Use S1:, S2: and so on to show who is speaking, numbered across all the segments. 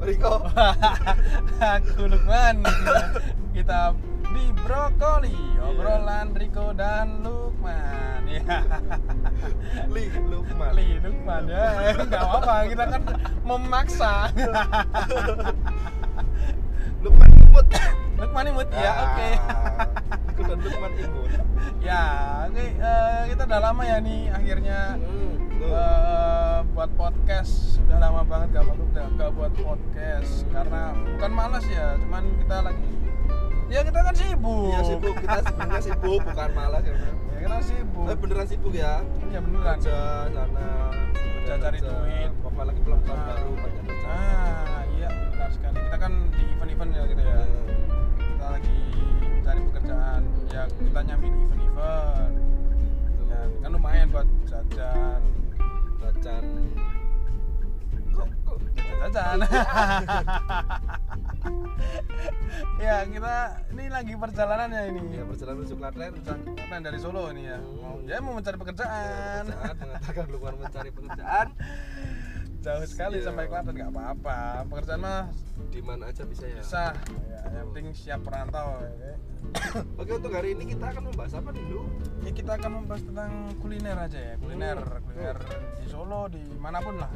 S1: Riko
S2: aku Lukman kita, kita di brokoli obrolan Riko dan Lukman ya
S1: Li Lukman
S2: Li Lukman ya nggak apa-apa kita kan memaksa
S1: Lukman imut
S2: Lukman imut ya
S1: Ah.
S2: oke
S1: Riko dan Lukman imut
S2: ya oke eh, kita udah lama ya nih akhirnya
S1: Hmm, tuh.
S2: eh, buat podcast udah lama banget gak buat udah gak buat podcast karena bukan malas ya cuman kita lagi ya kita kan sibuk
S1: Iya sibuk, kita sebenarnya sibuk bukan malas ya. bener.
S2: ya kita sibuk
S1: Tapi beneran sibuk ya.
S2: ya beneran
S1: Kerja sana,
S2: Kerja, cari duit.
S1: Bapak lagi belum tahun
S2: Nah.
S1: baru banyak kerja.
S2: ah iya benar sekali kita kan di event-event ya gitu ya
S1: Iya.
S2: kita lagi cari pekerjaan ya kita nyambi di event-event ya, kan lumayan buat jajan
S1: Bacan. Kok kok
S2: jajan ya kita ini lagi perjalanannya ini
S1: ya berjalan menuju Klaten
S2: perjalanan dari Solo ini ya
S1: Oh.
S2: mau ya mau mencari pekerjaan
S1: saat mengatakan Lukman mencari pekerjaan
S2: jauh sekali
S1: Iya.
S2: sampai Klaten nggak apa-apa pekerjaan mah
S1: di mana aja bisa ya.
S2: bisa ya, yang penting siap perantau ya.
S1: Oke untuk hari ini kita akan membahas apa nih Lu?
S2: Ya, kita akan membahas tentang kuliner aja ya kuliner
S1: Hmm.
S2: kuliner di Solo di manapun lah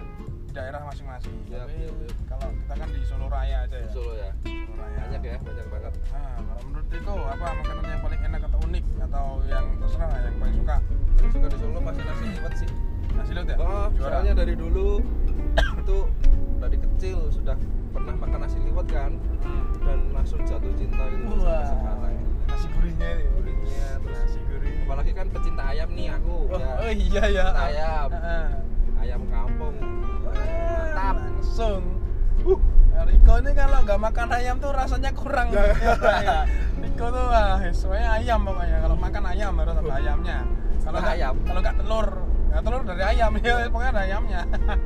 S2: di daerah masing-masing
S1: Iya,
S2: tapi
S1: iya, iya.
S2: kalau kita kan di Solo Raya aja ya
S1: Solo ya.
S2: Solo Raya
S1: Banyak ya, banyak banget.
S2: nah, kalau menurut Diko apa makanan yang paling enak atau unik atau yang terserah lah, yang paling suka
S1: Yang suka di Solo masih nasi liwet sih.
S2: nasi liwet ya
S1: Oh,
S2: Juara.
S1: soalnya dari dulu itu dari kecil sudah pernah makan nasi liwet kan
S2: Hmm.
S1: dan langsung jatuh cinta gitu terus sampai
S2: Wah,
S1: sekarang.
S2: nasi gurihnya ini
S1: Gurihnya, terus-
S2: nasi gurih
S1: Apalagi kan pecinta ayam nih aku.
S2: oh,
S1: ya.
S2: oh iya ya
S1: Pecinta ayam,
S2: Heeh.
S1: ayam kampung.
S2: mantap
S1: Mantap.
S2: langsung uh Riko ini kalau nggak makan ayam tuh rasanya kurang Riko tuh wah semuanya ayam pokoknya kalau makan ayam harus ada ayamnya kalau
S1: Setelah
S2: nggak-
S1: ayam.
S2: kalau nggak telur nggak telur dari ayam ya pokoknya ada ayamnya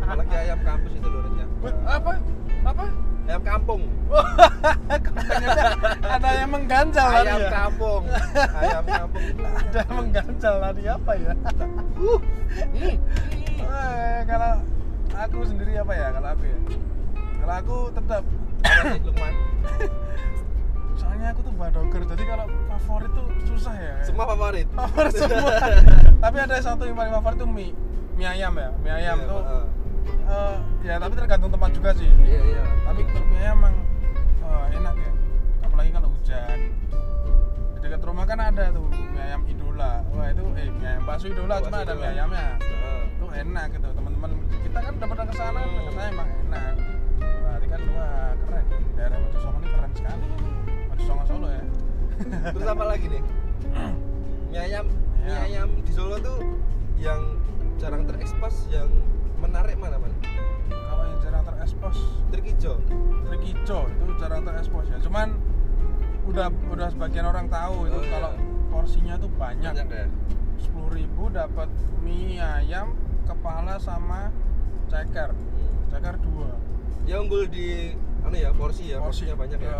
S1: Apalagi ayam kampus itu loh Ritnya.
S2: Wih, apa apa
S1: Ayam kampung.
S2: Kepengennya ada yang mengganjal tadi
S1: Ayam kan.
S2: ya
S1: kampung. Ayam kampung.
S2: ada yang mengganjal tadi apa ya
S1: Uh. Hmm.
S2: Eh, kalau aku sendiri apa ya kalau aku ya kalau aku tetap
S1: Apa sih, Lukman.
S2: soalnya aku tuh badoger jadi kalau favorit tuh susah ya
S1: Semua favorit.
S2: favorit
S1: iya.
S2: semua tapi ada satu yang paling favorit tuh mie mie ayam ya mie ayam
S1: Iya,
S2: tuh
S1: heeh.
S2: eh, ya tapi tergantung tempat juga sih
S1: Iya, iya.
S2: tapi kalau mie ayam emang eh, enak ya apalagi kalau hujan di dekat rumah kan ada tuh mie ayam idola wah itu eh mie ayam bakso idola
S1: Bakso
S2: cuma ada
S1: Idola.
S2: mie ayamnya
S1: Heeh.
S2: itu enak gitu teman-teman kita kan udah pernah kesana
S1: Hmm.
S2: katanya emang enak berarti kan wah keren di daerah Mojosongo ini keren sekali Mojosongo Solo ya
S1: Terus apa lagi nih? Mie ayam, mie
S2: Ayam.
S1: ayam di Solo tuh yang jarang terekspos, yang menarik mana man?
S2: kalau yang jarang terekspos
S1: Trikijo.
S2: trik ijo itu jarang terekspos ya cuman udah udah sebagian orang tahu itu
S1: Oh, iya.
S2: kalau porsinya tuh banyak
S1: ya.
S2: sepuluh ribu dapat mie ayam kepala sama ceker ceker dua
S1: Hmm. Ya unggul di anu ya porsi ya, porsinya banyak ya.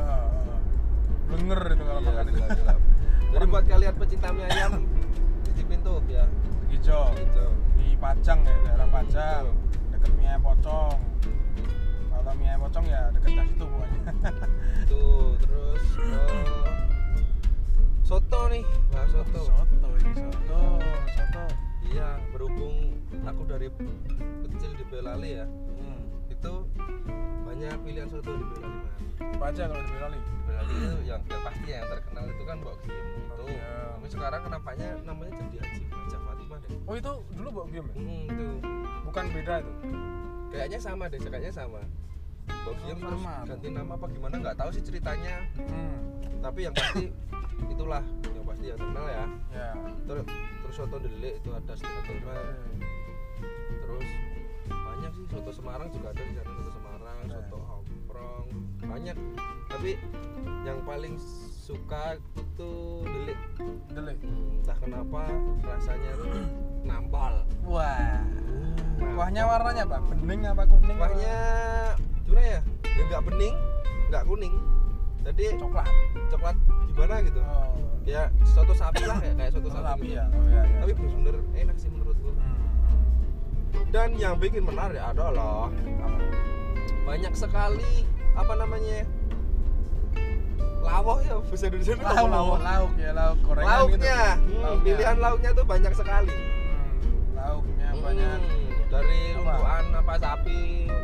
S2: Blenger itu kalau
S1: Iya,
S2: makan itu
S1: gila-gila. Jadi
S2: Orang-
S1: buat kalian pecinta mie ayam cicipin tuh ya.
S2: hijau
S1: Trikijo.
S2: di Pajang ya daerah Pajang
S1: Betul.
S2: deket Mie Ayam Pocong kalau Mie Ayam Pocong ya deketnya situ pokoknya
S1: Tuh, terus eh, soto nih, bahas soto.
S2: soto ini soto soto
S1: Iya, berhubung aku dari kecil di Boyolali ya,
S2: hmm.
S1: itu banyak pilihan soto di Boyolali Mas.
S2: apa aja kalau di Boyolali
S1: Boyolali itu yang, yang pasti yang terkenal itu kan Mbok Kim itu
S2: Iya.
S1: tapi sekarang kenapanya namanya jadi Haji Haja Fatimah deh
S2: oh itu dulu Mbok Giem ya?
S1: hmm, itu
S2: bukan beda itu
S1: kayaknya sama deh kayaknya sama Mbok Kim terus
S2: Sama.
S1: ganti nama apa gimana nggak tahu sih ceritanya
S2: hmm.
S1: tapi yang pasti itulah yang pasti yang terkenal ya
S2: ya Eh,
S1: terus terus soto delik itu ada soto Demak. terus banyak sih soto Semarang juga ada di sana soto Semarang
S2: Ada.
S1: soto Omprong banyak tapi yang paling suka itu delik
S2: delik
S1: Hmm, entah kenapa rasanya tuh nampol
S2: wah
S1: Nampol.
S2: kuahnya warnanya apa bening apa kuning apa?
S1: kuahnya gimana ya ya nggak bening nggak kuning jadi
S2: coklat
S1: coklat gimana gitu
S2: oh.
S1: ya soto sapi lah kayak kayak soto
S2: soto
S1: sapi,
S2: sapi
S1: gitu.
S2: ya oh iya iya
S1: tapi bener-bener enak sih menurut gua
S2: Hmm. Hmm.
S1: dan yang bikin menarik adalah
S2: Apa?
S1: banyak sekali apa namanya lawuh ya bahasa Indonesia itu apa lawuh
S2: lauk lauk ya lauk gorengan
S1: lauknya
S2: gitu.
S1: hmm, pilihan lauknya tuh banyak sekali
S2: Hmm, lauknya banyak
S1: Hmm, dari
S2: Apa?
S1: lumbuan apa sapi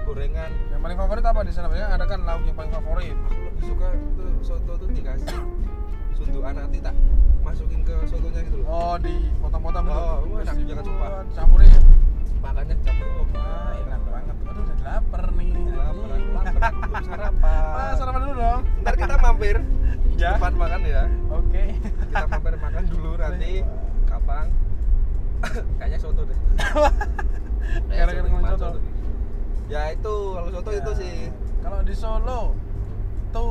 S1: gorengan
S2: yang paling favorit apa di sana banyak ada kan lauk yang paling favorit
S1: aku lebih suka tuh soto tuh dikasih sundukan nanti tak masukin ke sotonya gitu loh
S2: oh dipotong-potong
S1: Oh,
S2: gitu.
S1: enak,
S2: Terus
S1: jangan sumpah.
S2: dibuat, campurin ya
S1: makannya campur kopi
S2: Wah, enak banget aduh udah lapar nih
S1: lapar aku
S2: anjing.
S1: lapar aku belum sarapan
S2: Wah, sarapan dulu dong
S1: ntar kita mampir
S2: Ya.
S1: tempat makan ya
S2: oke
S1: kita mampir makan dulu nanti kapan kayaknya soto deh Kayaknya
S2: Gara-gara
S1: soto,
S2: ngomongin
S1: cuman
S2: soto.
S1: ya itu kalau soto
S2: Ya.
S1: itu sih
S2: kalau di Solo itu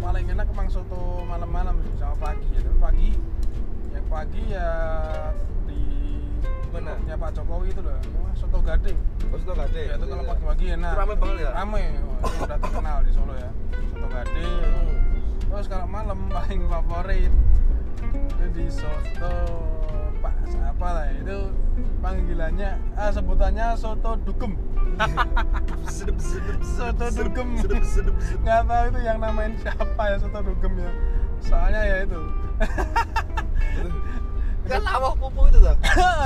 S2: paling enak emang soto malam-malam sama pagi ya tapi pagi ya pagi ya di
S1: Gimana?
S2: tempatnya Pak Jokowi itu loh Wah, soto gading
S1: Oh, soto gade
S2: ya itu kalau pagi-pagi enak
S1: Itu rame banget ya?
S2: rame Wah, itu udah terkenal di Solo ya soto gading terus kalau malam paling favorit jadi soto pak apa lah ya, itu panggilannya ah sebutannya soto dugem
S1: sedep sedep
S2: Soto
S1: sedep,
S2: dugem.
S1: sedep sedep sedep
S2: nggak tahu itu yang namain siapa ya soto dugem ya soalnya ya itu
S1: kan lawah pupu itu tuh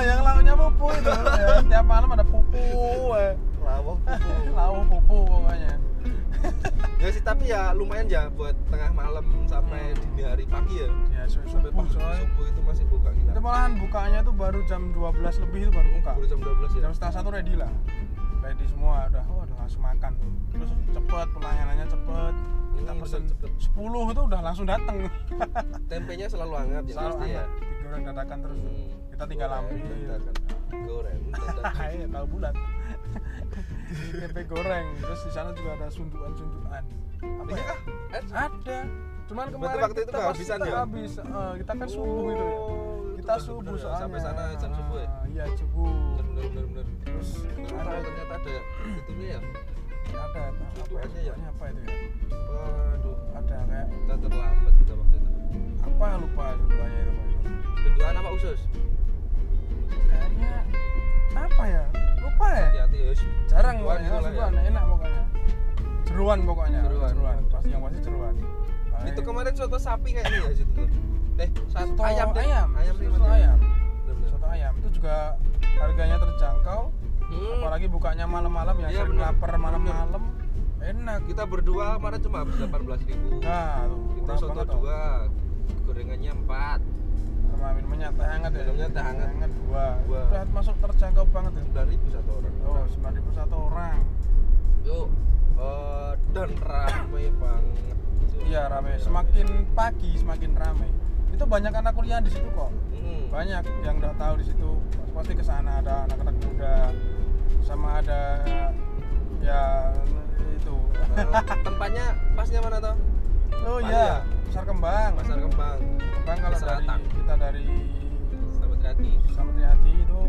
S2: yang lauknya pupu itu ya, tiap malam ada pupu eh.
S1: lawah pupu
S2: lauk pupu pokoknya
S1: ya sih tapi ya lumayan ya buat tengah malam sampai
S2: Hmm.
S1: dini hari pagi ya
S2: ya subuh
S1: sampai
S2: subuh
S1: pagi
S2: coy.
S1: subuh itu masih buka
S2: itu
S1: kita
S2: malahan bukanya tuh baru jam 12 lebih itu baru buka
S1: baru jam 12 ya
S2: jam setengah satu ready lah ready semua udah oh, udah langsung makan tuh terus cepet pelayanannya cepet kita
S1: Hmm,
S2: pesen
S1: cepet, cepet.
S2: 10 itu udah langsung dateng
S1: tempenya selalu hangat ya
S2: selalu
S1: pasti ya
S2: anak digoreng dadakan terus tuh.
S1: Hmm,
S2: kita tinggal
S1: goreng,
S2: ambil
S1: dadakan. goreng dadakan.
S2: Ayo, tahu bulat tempe goreng terus di sana juga ada sunduan sunduan apa
S1: Iya
S2: ya?
S1: kah? Eh,
S2: ada cuman
S1: Berarti
S2: kemarin
S1: waktu itu
S2: kita pas
S1: kehabisan
S2: kita
S1: ya?
S2: habis eh, kita kan subuh gitu ya
S1: Oh, itu
S2: kita
S1: bener-bener
S2: subuh
S1: ya,
S2: soalnya
S1: sampai sana jam subuh ya
S2: Ah, iya subuh
S1: bener bener bener
S2: terus
S1: Baru
S2: ada
S1: tahu ternyata ada itunya ya
S2: ada apa,
S1: Sunduannya ya?
S2: ya? apa itu ya
S1: waduh
S2: ada kayak
S1: kita terlambat kita waktu itu
S2: apa ya, lupa sunduannya itu Pak.
S1: bentukan apa usus
S2: kayaknya apa ya lupa ya
S1: hati-hati us
S2: jarang
S1: Sunduan
S2: pokoknya
S1: gitu lah
S2: sunduan enak pokoknya jeruan pokoknya
S1: Jeruan.
S2: pasti yang pasti jeruan
S1: ya. itu
S2: Baik.
S1: kemarin soto sapi kayaknya ya situ tuh eh soto
S2: eh. soto
S1: ayam deh.
S2: ayam
S1: ayam sih,
S2: soto
S1: Mas.
S2: ayam
S1: Bener, bener.
S2: soto ayam itu juga harganya terjangkau
S1: Hmm.
S2: apalagi bukanya malam-malam ya
S1: Iya,
S2: sering
S1: bener.
S2: lapar malam-malam enak
S1: kita berdua kemarin cuma habis 18 ribu
S2: nah tuh
S1: kita
S2: murah
S1: soto
S2: banget tuh.
S1: dua gorengannya empat
S2: sama minumnya teh hangat ya
S1: Minumnya teh hangat.
S2: dua
S1: Dua.
S2: udah masuk terjangkau banget ya
S1: sembilan ribu satu orang Nah,
S2: oh sembilan satu orang
S1: yuk eh, dan ramai banget
S2: iya rame semakin pagi semakin rame itu banyak anak kuliah di situ kok
S1: Hmm.
S2: banyak yang udah tahu di situ pasti ke sana ada anak-anak muda sama ada ya itu
S1: Eh, tempatnya pasnya mana toh
S2: oh
S1: Pasar
S2: iya pasar kembang
S1: pasar kembang
S2: kembang kalau dari
S1: Selatan.
S2: kita dari
S1: selamat hati
S2: Samudra Hati itu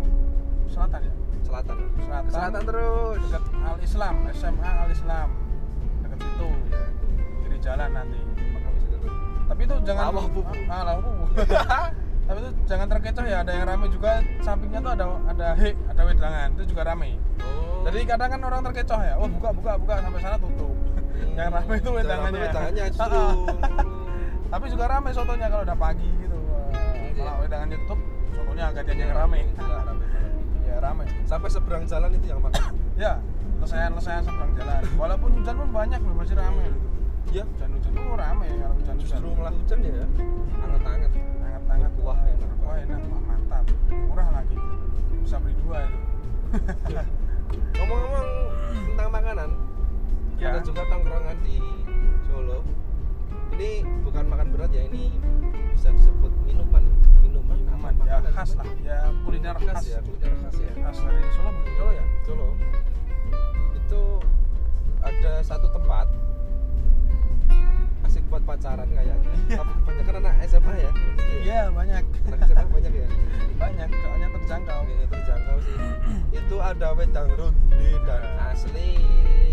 S2: selatan ya
S1: selatan
S2: selatan,
S1: Ke selatan terus
S2: dekat Al Islam SMA Al Islam dekat situ
S1: Iya, itu.
S2: kiri jalan nanti
S1: Makam di situ terus.
S2: tapi itu jangan
S1: Lawah Pupu.
S2: ah, lawah Pupu. tapi itu jangan terkecoh ya ada yang rame juga sampingnya tuh ada ada he ada wedangan itu juga rame
S1: oh
S2: Jadi kadang kan orang terkecoh ya, wah buka buka buka sampai sana tutup.
S1: Hmm.
S2: Yang rame itu
S1: Jangan
S2: wedangannya.
S1: rame wedangannya, justru.
S2: Ah, ah. Tapi juga rame sotonya kalau udah pagi gitu. Wah,
S1: Iya.
S2: Kalau wedangannya tutup, sotonya gantian yang rame.
S1: Gila, rame banget.
S2: Ya rame.
S1: sampai seberang jalan itu yang makan
S2: Ya, lesehan lesehan seberang jalan. Walaupun hujan pun banyak loh masih rame loh.
S1: ya
S2: Hujan hujan tuh rame kalau hujan hujan.
S1: justru malah hujan ya anget-anget
S2: hangat hangat.
S1: Wah, enak
S2: Wah enak, wah mantap. Murah lagi. Bisa beli dua itu.
S1: ngomong-ngomong tentang makanan ada
S2: Ya.
S1: juga tongkrongan di Solo ini bukan makan berat ya ini bisa disebut minuman minuman apa
S2: Aman, ya
S1: makanan
S2: khas lah. Ya kuliner khas.
S1: ya kuliner khas ya Iya.
S2: Khas dari Solo bukan Solo ya?
S1: Solo Gitu itu ada satu tempat asik buat pacaran kayaknya Apa- banyak kan anak SMA ya
S2: Iya banyak
S1: anak SMA banyak ya
S2: banyak soalnya terjangkau.
S1: Ini terjangkau sih itu ada wedang ronde dan asli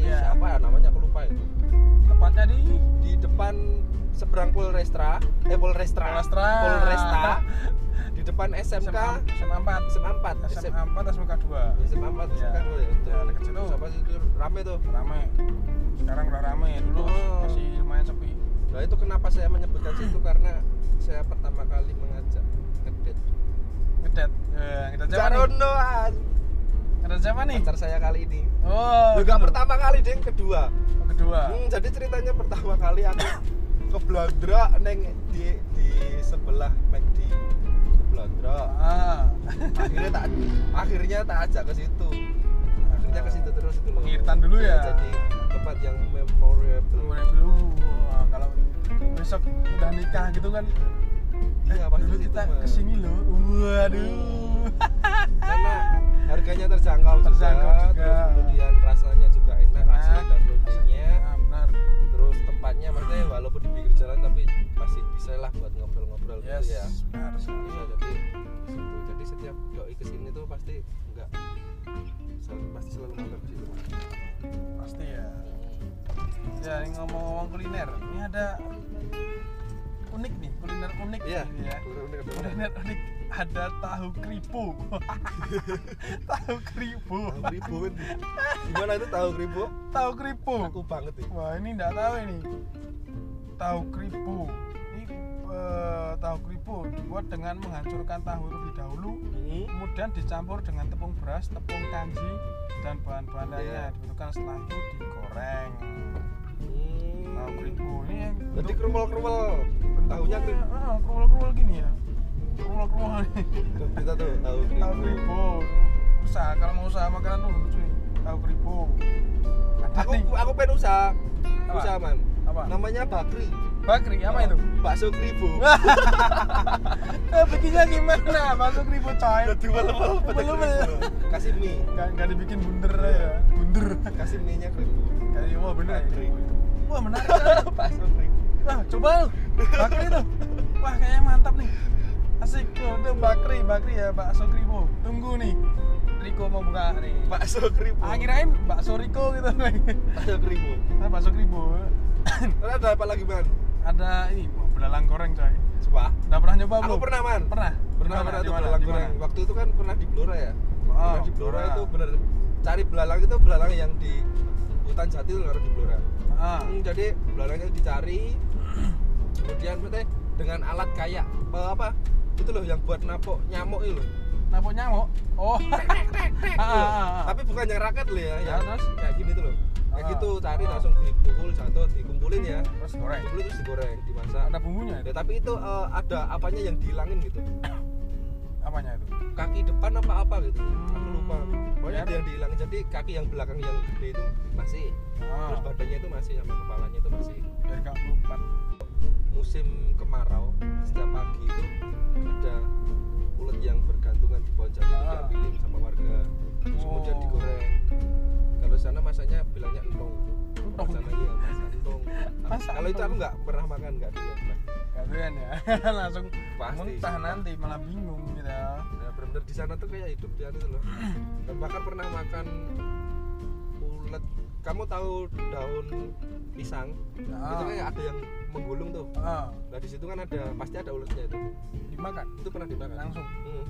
S2: Iya.
S1: siapa ya namanya aku lupa itu
S2: Tepatnya di
S1: di depan seberang Polrestra eh Polrestra
S2: Polrestra.
S1: Polresta. di depan SMK
S2: SMA 4
S1: SMA 4
S2: SMA 4 SMK 2
S1: SMA 4 SMK
S2: Iya.
S1: dulu ya itu
S2: Iya, deket situ.
S1: siapa sih itu rame tuh
S2: rame sekarang udah rame dulu
S1: Oh.
S2: masih lumayan sepi
S1: Nah itu kenapa saya
S2: Ah.
S1: menyebutkan situ karena saya pertama kali mengajak ngedet.
S2: ngedet eh, ngedet siapa nih?
S1: Jarono
S2: ngedet siapa nih?
S1: pacar saya kali ini.
S2: oh
S1: Juga
S2: gitu.
S1: pertama kali ding kedua.
S2: Oh, kedua
S1: Hmm, jadi ceritanya pertama kali aku ke Blandra neng di di sebelah McD ke Blandra.
S2: ah
S1: Akhirnya tak akhirnya tak ajak ke situ. Akhirnya ke situ terus itu loh.
S2: Pengiritan dulu ya.
S1: Jadi tempat yang memorable.
S2: kemudian dulu wah, kalau besok udah nikah gitu kan
S1: Iya
S2: eh,
S1: pasti
S2: dulu
S1: situ,
S2: kita
S1: Mas. Hmm.
S2: kesini loh waduh
S1: karena harganya terjangkau,
S2: Terjangkau
S1: juga,
S2: juga.
S1: terus kemudian rasanya juga enak, asli dan lucunya
S2: Ah, benar
S1: terus tempatnya maksudnya walaupun di pinggir jalan tapi masih bisa lah buat ngobrol-ngobrol
S2: yes
S1: gitu ya
S2: benar
S1: bisa jadi di situ. jadi setiap doi kesini tuh pasti enggak sel- pasti selalu mampir ke situ
S2: pasti ya ya ini ngomong-ngomong kuliner ini ada unik nih kuliner unik
S1: iya
S2: ini ya
S1: kuliner unik
S2: kuliner unik ada tahu kripo tahu kripo
S1: tahu kribo kan gimana itu tahu kribo
S2: tahu kripo
S1: aku banget nih
S2: wah ini nggak tahu ini tahu kripo ini eh, tahu kripo dibuat dengan menghancurkan tahu terlebih dahulu
S1: hmm.
S2: kemudian dicampur dengan tepung beras, tepung kanji dan bahan-bahan lainnya
S1: Iya.
S2: dibutuhkan setelah itu digoreng
S1: Hmm.
S2: tahu kripo ini yang
S1: berarti krumel-krumel tahunya
S2: bentuknya
S1: krim
S2: ah, krumel-krumel gini ya krumel-krumel ini
S1: kita tuh tahu
S2: tahu
S1: kribo
S2: kripo usaha kalau mau usaha makanan tuh lucu nih tahu kripo ada
S1: aku
S2: nih
S1: aku pengen usaha
S2: Apa?
S1: usaha man
S2: apa
S1: namanya bakri
S2: bakri apa itu
S1: bakso kribo
S2: eh, bikinnya gimana bakso kripo coy
S1: jadi malam-malam pada
S2: Malam-malam.
S1: kribo. kasih mie
S2: nggak nggak dibikin bunder ya bunder
S1: kasih mie nya kribo
S2: kayak wah bener ya
S1: Bakri.
S2: wah menarik
S1: bakso kribo
S2: Wah, coba lu. Bakri tuh. Wah, kayaknya mantap nih. Asik tuh, tuh bakri, bakri ya, bakso kribo. Tunggu nih. Riko mau buka nih.
S1: bakso kribo
S2: Ah, kirain bakso Riko gitu.
S1: bakso kribo
S2: nah, bakso kribo.
S1: terus ada apa lagi man
S2: Ada ini, wah, belalang goreng, coy.
S1: coba
S2: Udah pernah nyoba
S1: aku
S2: belum?
S1: pernah man pernah
S2: Pernah. Di
S1: pernah
S2: mana?
S1: tuh
S2: Di
S1: belalang
S2: mana?
S1: goreng waktu itu kan pernah di Blora ya
S2: Oh,
S1: pernah di Blora
S2: Blora.
S1: itu bener cari belalang itu belalang yang di hutan jati itu harus di Blora
S2: Ah,
S1: Hmm, jadi belalangnya itu dicari kemudian maksudnya dengan alat kayak apa, apa itu loh yang buat napok nyamuk itu loh
S2: napok nyamuk. Oh.
S1: Tek,
S2: Ah,
S1: loh.
S2: ah, ah, ah.
S1: tapi bukan yang raket loh ya,
S2: Ya,
S1: yang
S2: terus?
S1: kayak gini tuh loh kayak
S2: Ah.
S1: gitu cari
S2: Ah.
S1: langsung dipukul jatuh dikumpulin ya
S2: Terus goreng.
S1: dikumpulin terus digoreng dimasak
S2: Ada bumbunya itu.
S1: Ya, tapi itu eh, ada apanya yang dihilangin gitu
S2: Apanya itu?
S1: kaki depan apa apa gitu aku lupa
S2: Hmm,
S1: pokoknya
S2: biar-
S1: ada yang dihilangin jadi kaki yang belakang yang gede itu masih
S2: Ah,
S1: terus badannya itu masih sama kepalanya itu masih
S2: biar enggak lupa.
S1: musim kemarau setiap pagi itu ada ulet yang bergantungan di pohon jati itu
S2: Ah.
S1: diambilin sama warga terus kemudian
S2: Oh.
S1: digoreng kalau sana masanya bilangnya entong
S2: Entong.
S1: Kalau sana iya masa entong
S2: Masa
S1: kalau itu
S2: entong?
S1: aku nggak pernah makan nggak ada yang pernah
S2: Kalian ya, langsung
S1: Pasti.
S2: muntah nanti malah bingung gitu.
S1: nah, benar-benar di sana tuh kayak hidup di anu tuh loh dan bahkan pernah makan ulet kamu tahu daun pisang
S2: Ah.
S1: Nah, itu kayak ada yang menggulung tuh
S2: Ah,
S1: nah di situ kan ada pasti ada uletnya itu
S2: dimakan
S1: itu pernah dimakan
S2: langsung.
S1: Hmm.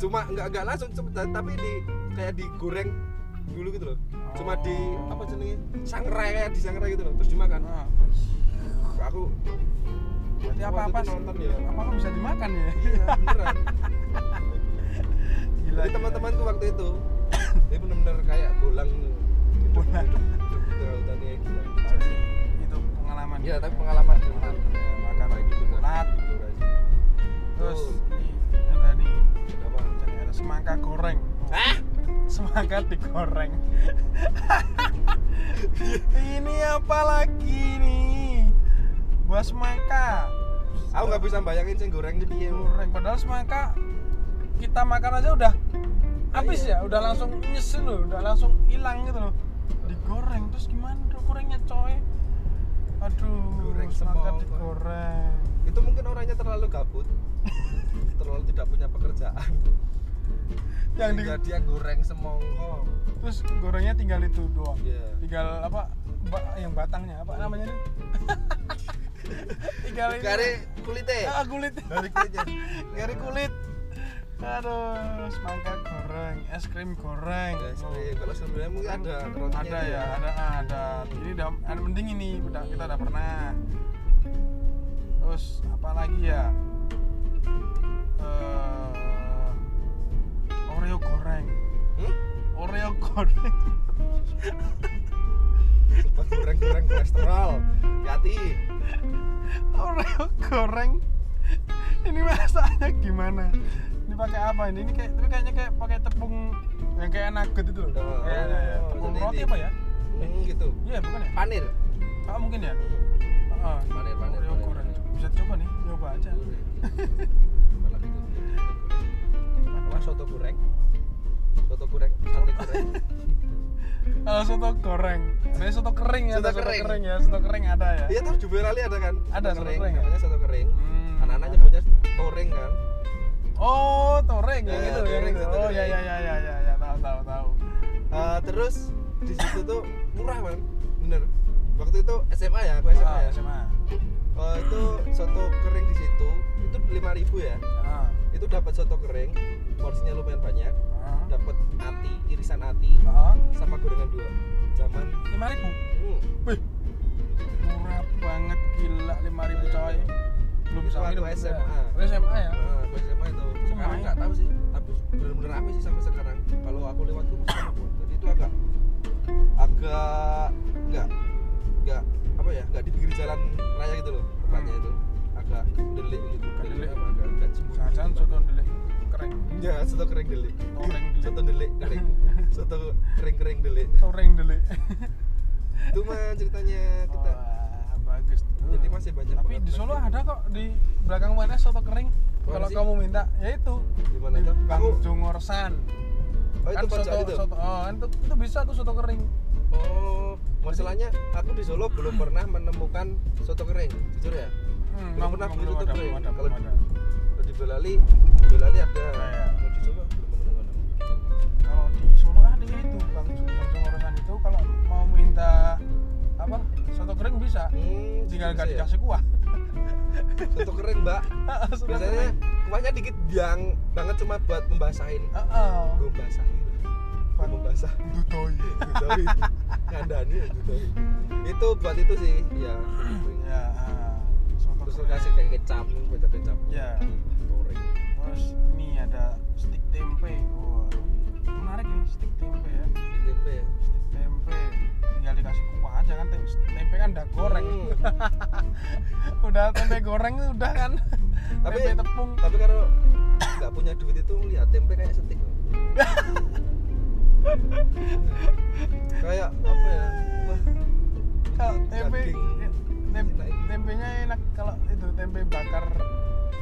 S1: cuma nggak nggak langsung cuma- tapi di kayak digoreng dulu gitu loh cuma di
S2: Oh.
S1: apa sih sangrai kayak di sangrai gitu loh terus dimakan
S2: Ah,
S1: aku
S2: berarti
S1: Waktu
S2: apa-apa
S1: itu
S2: sih?
S1: nonton ya.
S2: Apa-apa bisa dimakan ya?
S1: iya beneran
S2: Gila.
S1: jadi teman-temanku waktu itu dia bener-bener kayak bolang gitu
S2: Bolang.
S1: hidup hidup di tengah hutan ya gitu
S2: Pasti itu pengalaman.
S1: Iya, tapi pengalaman.
S2: Pengalaman. Makan
S1: kayak gitu kan
S2: ulat.
S1: gitu guys
S2: Terus
S1: terus
S2: ini ada nih
S1: kenapa
S2: jadi ada semangka goreng.
S1: ah
S2: Semangka digoreng. ini apa lagi nih? Buah semangka.
S1: aku nggak bisa bayangin sih goreng
S2: Iya,
S1: gitu ya
S2: goreng padahal semangka kita makan aja udah
S1: Ah,
S2: habis
S1: iya.
S2: ya udah langsung nyesel loh udah langsung hilang gitu loh digoreng terus gimana tuh gorengnya coy aduh
S1: Goreng
S2: semangka
S1: semangka.
S2: digoreng
S1: itu mungkin orangnya terlalu gabut terlalu tidak punya pekerjaan
S2: yang di,
S1: Sehingga dia goreng semongko
S2: terus gorengnya tinggal itu doang
S1: Iya.
S2: tinggal apa ba- yang batangnya apa namanya itu tinggal ini
S1: Kare kulitnya
S2: ah kulit
S1: dari kulitnya
S2: nyari kulit aduh semangka goreng es krim goreng
S1: Guys, ini Iya, kalau sebelumnya mungkin ada rotinya
S2: ada
S1: itu
S2: ya ada ada ini udah ada mending ini udah kita udah pernah terus apa lagi ya Eh, oreo goreng
S1: hmm?
S2: oreo goreng
S1: sempat goreng goreng kolesterol hati
S2: oreo goreng ini rasanya gimana ini pakai apa ini ini kayak tapi kayaknya kayak pakai tepung yang kayak nugget itu loh
S1: Oh,
S2: kayaknya ya tepung
S1: jadi
S2: roti
S1: ini-
S2: apa ya
S1: hmm, gitu
S2: iya bukan ya
S1: panir
S2: ah mungkin ya
S1: Hmm,
S2: ah
S1: Panir, panir,
S2: oreo
S1: panir.
S2: goreng bisa coba nih coba aja
S1: goreng. Malah gitu, apa soto goreng soto goreng sate goreng
S2: Kalau soto goreng, biasanya soto kering ya,
S1: Soto
S2: ada
S1: kering.
S2: ya, soto kering ada ya.
S1: iya tuh Jubeir Ali ada kan
S2: Ada, soto kering.
S1: namanya soto kering
S2: Hmm.
S1: anak-anak nyebutnya toreng kan
S2: Oh, toreng yang
S1: Ya,
S2: itu ya.
S1: toreng, soto
S2: Oh, ya
S1: kering.
S2: ya ya ya ya ya tahu tahu tahu.
S1: Eh, terus di situ tuh murah man bener waktu itu SMA ya aku SMA
S2: Ah,
S1: ya
S2: SMA.
S1: Eh, itu soto kering di situ itu 5000 ya
S2: Ah,
S1: itu dapat soto kering porsinya lumayan banyak
S2: ah.
S1: dapat ati irisan ati
S2: Ah,
S1: sama gorengan dua zaman
S2: 5.000.
S1: hmm,
S2: Wih. Murah banget gila 5.000 coy. Belum
S1: Itu
S2: sampai
S1: Iya, waktu
S2: hidup
S1: SMA.
S2: kita. Waktu SMA ya.
S1: eh, aku SMA itu sekarang
S2: Lumayan.
S1: nggak tahu sih tapi bener-bener rame sih sampai sekarang kalau aku lewat tuh masih rame. jadi itu agak agak nggak nggak apa ya nggak di pinggir jalan raya gitu loh tempatnya itu agak delik gitu
S2: Agak Hmm. delik.
S1: apa, agak agak sembunyi.
S2: Jangan-jangan soto delik kering.
S1: ya soto kering delik
S2: Toreng delik.
S1: soto delik kering
S2: Hmm.
S1: soto kering kering delik
S2: Toreng delik.
S1: itu mah ceritanya kita
S2: Wah, bagus tuh.
S1: Jadi masih banyak
S2: Tapi
S1: banget
S2: di Solo
S1: berarti.
S2: ada kok di belakang mana soto kering.
S1: Mana
S2: Kalau
S1: sih?
S2: kamu minta, ya itu.
S1: Di mana
S2: Di
S1: tuh?
S2: Bang
S1: Aku-
S2: Jongorsan.
S1: oh itu
S2: kan soto,
S1: pojokan itu
S2: soto, oh, itu, itu bisa tuh soto kering.
S1: oh masalahnya aku di Solo belum pernah menemukan soto kering jujur ya
S2: Hmm,
S1: Belum pernah beli soto
S2: ada,
S1: kering.
S2: belum ada,
S1: Kalau
S2: belum ada.
S1: Kalau di Belali, Belali ada.
S2: Ada ya?
S1: Mau dicoba belum menemukan aku.
S2: Kalau di Solo ada ya itu Bang, Bang Jongorsan itu kalau mau minta apa soto kering bisa.
S1: Hmm,
S2: Tinggal
S1: gitu bisa
S2: nggak
S1: ya?
S2: dikasih kuah.
S1: Soto kering, Mbak.
S2: Soto
S1: Biasanya
S2: kan kering.
S1: kuahnya dikit yang banget cuma buat membasahin.
S2: Ah, ah.
S1: Gue membasahin. Buat membasah.
S2: Dudoi.
S1: Dudoi. Ngandani ya dudoi. Itu buat itu sih, ya. soto kering.
S2: Ya, ah, soto
S1: Terus
S2: kering.
S1: kasih kayak kecap, nih, baca kecap.
S2: Ya.
S1: Goreng.
S2: Terus ini ada stik tempe. Wah, ini menarik ini stik tempe ya.
S1: Di tempe ya.
S2: Stik tempe tinggal dikasih kuah aja kan tem- tempe kan udah goreng.
S1: Hmm.
S2: udah tempe goreng tuh udah kan.
S1: Tapi-
S2: tempe tepung.
S1: Tapi kalau nggak punya duit itu lihat tempe kayak setik. loh. kayak apa ya? Wah,
S2: Kalau tempe
S1: daging.
S2: tem-
S1: enak ini.
S2: tempenya enak kalau itu tempe bakar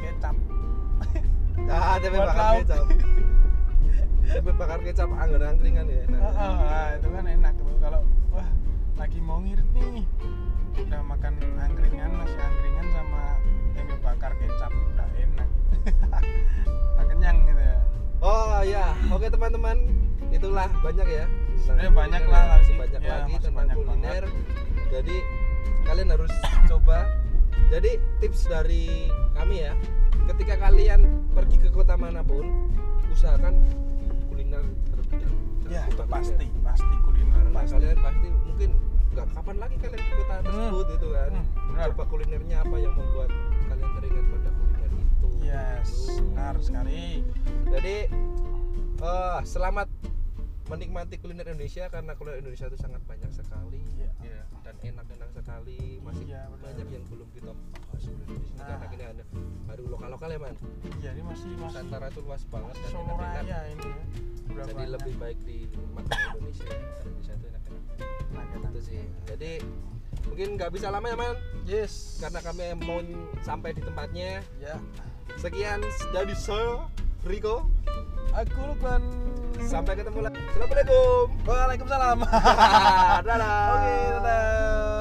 S2: kecap.
S1: Ah, tempe
S2: Buat
S1: bakar
S2: lauk.
S1: kecap. tempe bakar kecap angger-angkringan ya. enak.
S2: Ah, ah, ah, itu kan enak tuh kalau wah lagi mau ngirit nih. Udah makan angkringan, nasi angkringan sama tempe bakar kecap udah enak. Udah kenyang gitu ya.
S1: Oh ya, oke teman-teman, itulah banyak ya. tentang
S2: Sebenarnya banyak
S1: kuliner
S2: lah
S1: ya. masih
S2: lagi.
S1: banyak
S2: Ya,
S1: lagi
S2: masih
S1: tentang
S2: banyak
S1: kuliner. Jadi kalian harus coba. Jadi tips dari kami ya, ketika kalian pergi ke kota manapun, usahakan kuliner terlebih dahulu.
S2: Ya,
S1: Coba
S2: itu
S1: kuliner.
S2: pasti, pasti kuliner
S1: Karena
S2: pasti.
S1: kalian pasti mungkin nggak kapan lagi kalian ke kota tersebut gitu kan.
S2: Hmm, benar.
S1: coba kulinernya apa yang membuat kalian teringat pada kuliner itu.
S2: Yes,
S1: Gitu.
S2: benar sekali.
S1: Jadi eh, selamat menikmati kuliner Indonesia karena kuliner Indonesia itu sangat banyak sekali
S2: Iya.
S1: ya, dan enak-enak sekali masih
S2: Iya, benar.
S1: banyak yang belum kita bahas kuliner Indonesia
S2: Nah.
S1: karena ini ada baru lokal-lokal ya man
S2: Iya, ini masih masih
S1: Nusantara itu luas banget
S2: masih
S1: dan
S2: Solo
S1: enak-enak
S2: Raya ini ya. Udah
S1: jadi
S2: banyak.
S1: lebih baik di makan Indonesia Karena Indonesia itu enak-enak
S2: Enak-enak.
S1: itu sih jadi mungkin nggak bisa lama ya man
S2: Yes.
S1: karena kami mau sampai di tempatnya
S2: ya
S1: sekian dari saya Riko
S2: aku Lukman.
S1: sampai ketemu lagi assalamualaikum
S2: Waalaikumsalam. Oke,
S1: dadah
S2: dadah.